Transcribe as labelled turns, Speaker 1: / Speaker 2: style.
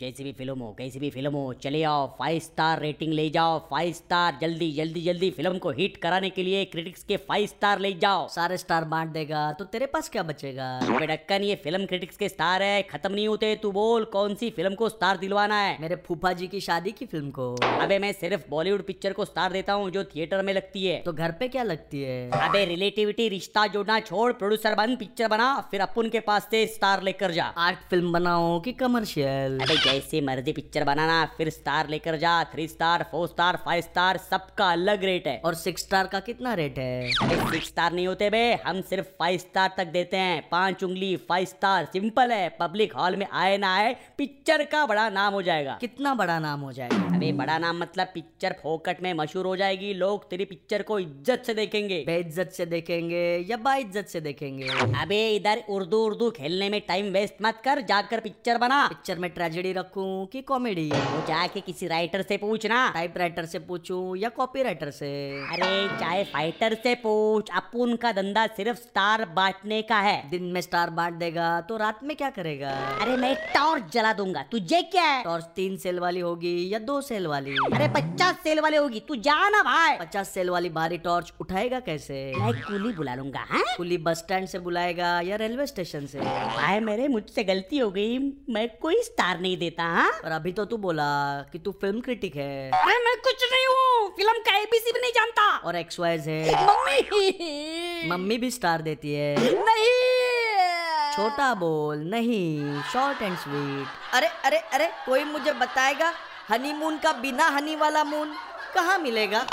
Speaker 1: कैसी भी फिल्म हो कैसी भी फिल्म हो चले आओ फाइव स्टार रेटिंग ले जाओ फाइव स्टार जल्दी जल्दी जल्दी फिल्म को हिट कराने के लिए क्रिटिक्स के फाइव स्टार ले जाओ
Speaker 2: सारे स्टार बांट देगा तो तेरे पास क्या बचेगा
Speaker 1: बे डक्कन ये फिल्म क्रिटिक्स के स्टार है खत्म नहीं होते तू बोल कौन सी फिल्म को स्टार दिलवाना है
Speaker 2: मेरे फूफा जी की शादी की फिल्म को
Speaker 1: अबे मैं सिर्फ बॉलीवुड पिक्चर को स्टार देता हूँ जो थिएटर में लगती है
Speaker 2: तो घर पे क्या लगती है
Speaker 1: अबे रिलेटिविटी रिश्ता जोड़ना छोड़ प्रोड्यूसर बन पिक्चर बना फिर अपन के पास से स्टार लेकर जा
Speaker 2: आर्ट फिल्म बनाओ कि कमर्शियल
Speaker 1: अबे जैसी मर्जी पिक्चर बनाना फिर स्टार लेकर जा three star four star five star सबका अलग रेट है
Speaker 2: और सिक्स स्टार का कितना रेट है
Speaker 1: अबे सिक्स स्टार नहीं होते बे हम सिर्फ फाइव स्टार तक देते हैं पांच उंगली फाइव स्टार सिंपल है पब्लिक हॉल में आए ना आए पिक्चर का बड़ा नाम हो जाएगा
Speaker 2: कितना बड़ा नाम हो जाएगा
Speaker 1: अबे बड़ा नाम मतलब पिक्चर फोकट में मशहूर हो जाएगी लोग तेरी पिक्चर को इज्जत से देखेंगे
Speaker 2: बेइज्जत से देखेंगे या बाइज्जत से देखेंगे
Speaker 1: अबे इधर उर्दू उर्दू खेलने में टाइम वेस्ट मत कर जाकर पिक्चर बना
Speaker 2: पिक्चर में ट्रेजेडी रखूं कि कॉमेडी
Speaker 1: वो जाके किसी राइटर से पूछना
Speaker 2: टाइपराइटर से पूछूं या कॉपीराइटर से
Speaker 1: अरे चाहे फाइटर से पूछ अपुन का धंधा सिर्फ स्टार बांटने का है
Speaker 2: दिन में स्टार बांट देगा तो रात में क्या करेगा
Speaker 1: अरे मैं टॉर्च जला दूंगा तुझे क्या है
Speaker 2: टॉर्च तीन सेल वाली होगी या दो सेल वाली
Speaker 1: अरे पचास सेल वाले होगी तू जा ना भाई
Speaker 2: पचास सेल वाली भारी टॉर्च उठाएगा कैसे
Speaker 1: मैं कुली बुला लूंगा हाँ?
Speaker 2: कुली बस स्टैंड से बुलाएगा या रेलवे स्टेशन से
Speaker 1: भाई मेरे मुझसे गलती हो गई मैं कोई स्टार नहीं देता हाँ?
Speaker 2: पर अभी तो तू बोला कि तू फिल्म क्रिटिक है
Speaker 1: अरे मैं कुछ नहीं हूँ फिल्म का एबीसी भी नहीं जानता
Speaker 2: और एक्स वाइज है
Speaker 1: मम्मी
Speaker 2: मम्मी भी स्टार देती है
Speaker 1: नहीं
Speaker 2: छोटा बोल नहीं शॉर्ट एंड स्वीट अरे अरे अरे कोई मुझे बताएगा हनीमून का बिना हनी वाला मून कहाँ मिलेगा